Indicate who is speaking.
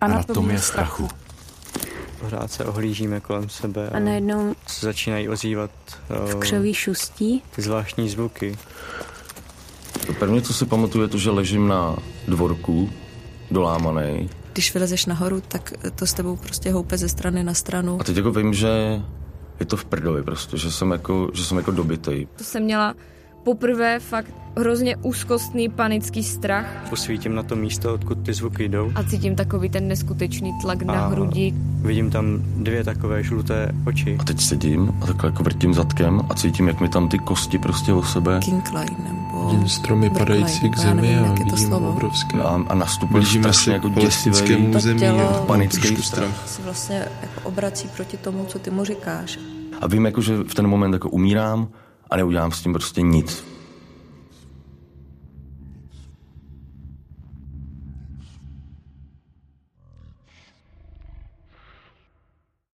Speaker 1: Anatomie strachu.
Speaker 2: Pořád se ohlížíme kolem sebe
Speaker 3: A
Speaker 2: a,
Speaker 3: najednou
Speaker 2: se začínají ozývat
Speaker 3: v
Speaker 2: eh,
Speaker 3: křoví šustí.
Speaker 2: ty zvláštní zvuky.
Speaker 4: To první, co si pamatuju, je to, že ležím na dvorku, dolámaný.
Speaker 5: Když vylezeš nahoru, tak to s tebou prostě houpe ze strany na stranu.
Speaker 4: A teď jako vím, že je to v prdeli prostě, že jsem jako, že jsem jako dobitej.
Speaker 6: To jsem měla poprvé fakt hrozně úzkostný panický strach
Speaker 2: Posvítím na to místo, odkud ty zvuky jdou.
Speaker 6: a cítím takový ten neskutečný tlak na
Speaker 2: A-
Speaker 6: hrudi.
Speaker 2: Vidím tam dvě takové žluté oči.
Speaker 4: A teď sedím a takhle jako vrtím zadkem a cítím, jak mi tam ty kosti prostě o sebe
Speaker 5: Kinklaj nebo...
Speaker 1: Vidím stromy
Speaker 5: Brklaj,
Speaker 1: padající k
Speaker 5: nebo jako já
Speaker 1: zemi
Speaker 5: nevím,
Speaker 1: a
Speaker 5: jak je to
Speaker 1: vidím
Speaker 5: slovo.
Speaker 1: obrovské.
Speaker 4: a, a nastupuje
Speaker 1: Blížíme
Speaker 4: strašně
Speaker 1: se
Speaker 4: No, jako
Speaker 1: k
Speaker 4: děsivý.
Speaker 1: palestinskému
Speaker 5: To
Speaker 1: území
Speaker 5: tělo-
Speaker 1: a
Speaker 4: Panický
Speaker 1: trošku
Speaker 4: strach.
Speaker 1: strach.
Speaker 5: se vlastně jako obrací proti tomu, co ty mu říkáš.
Speaker 4: A vím jako, že v ten moment jako umírám a neudělám s tím prostě nic.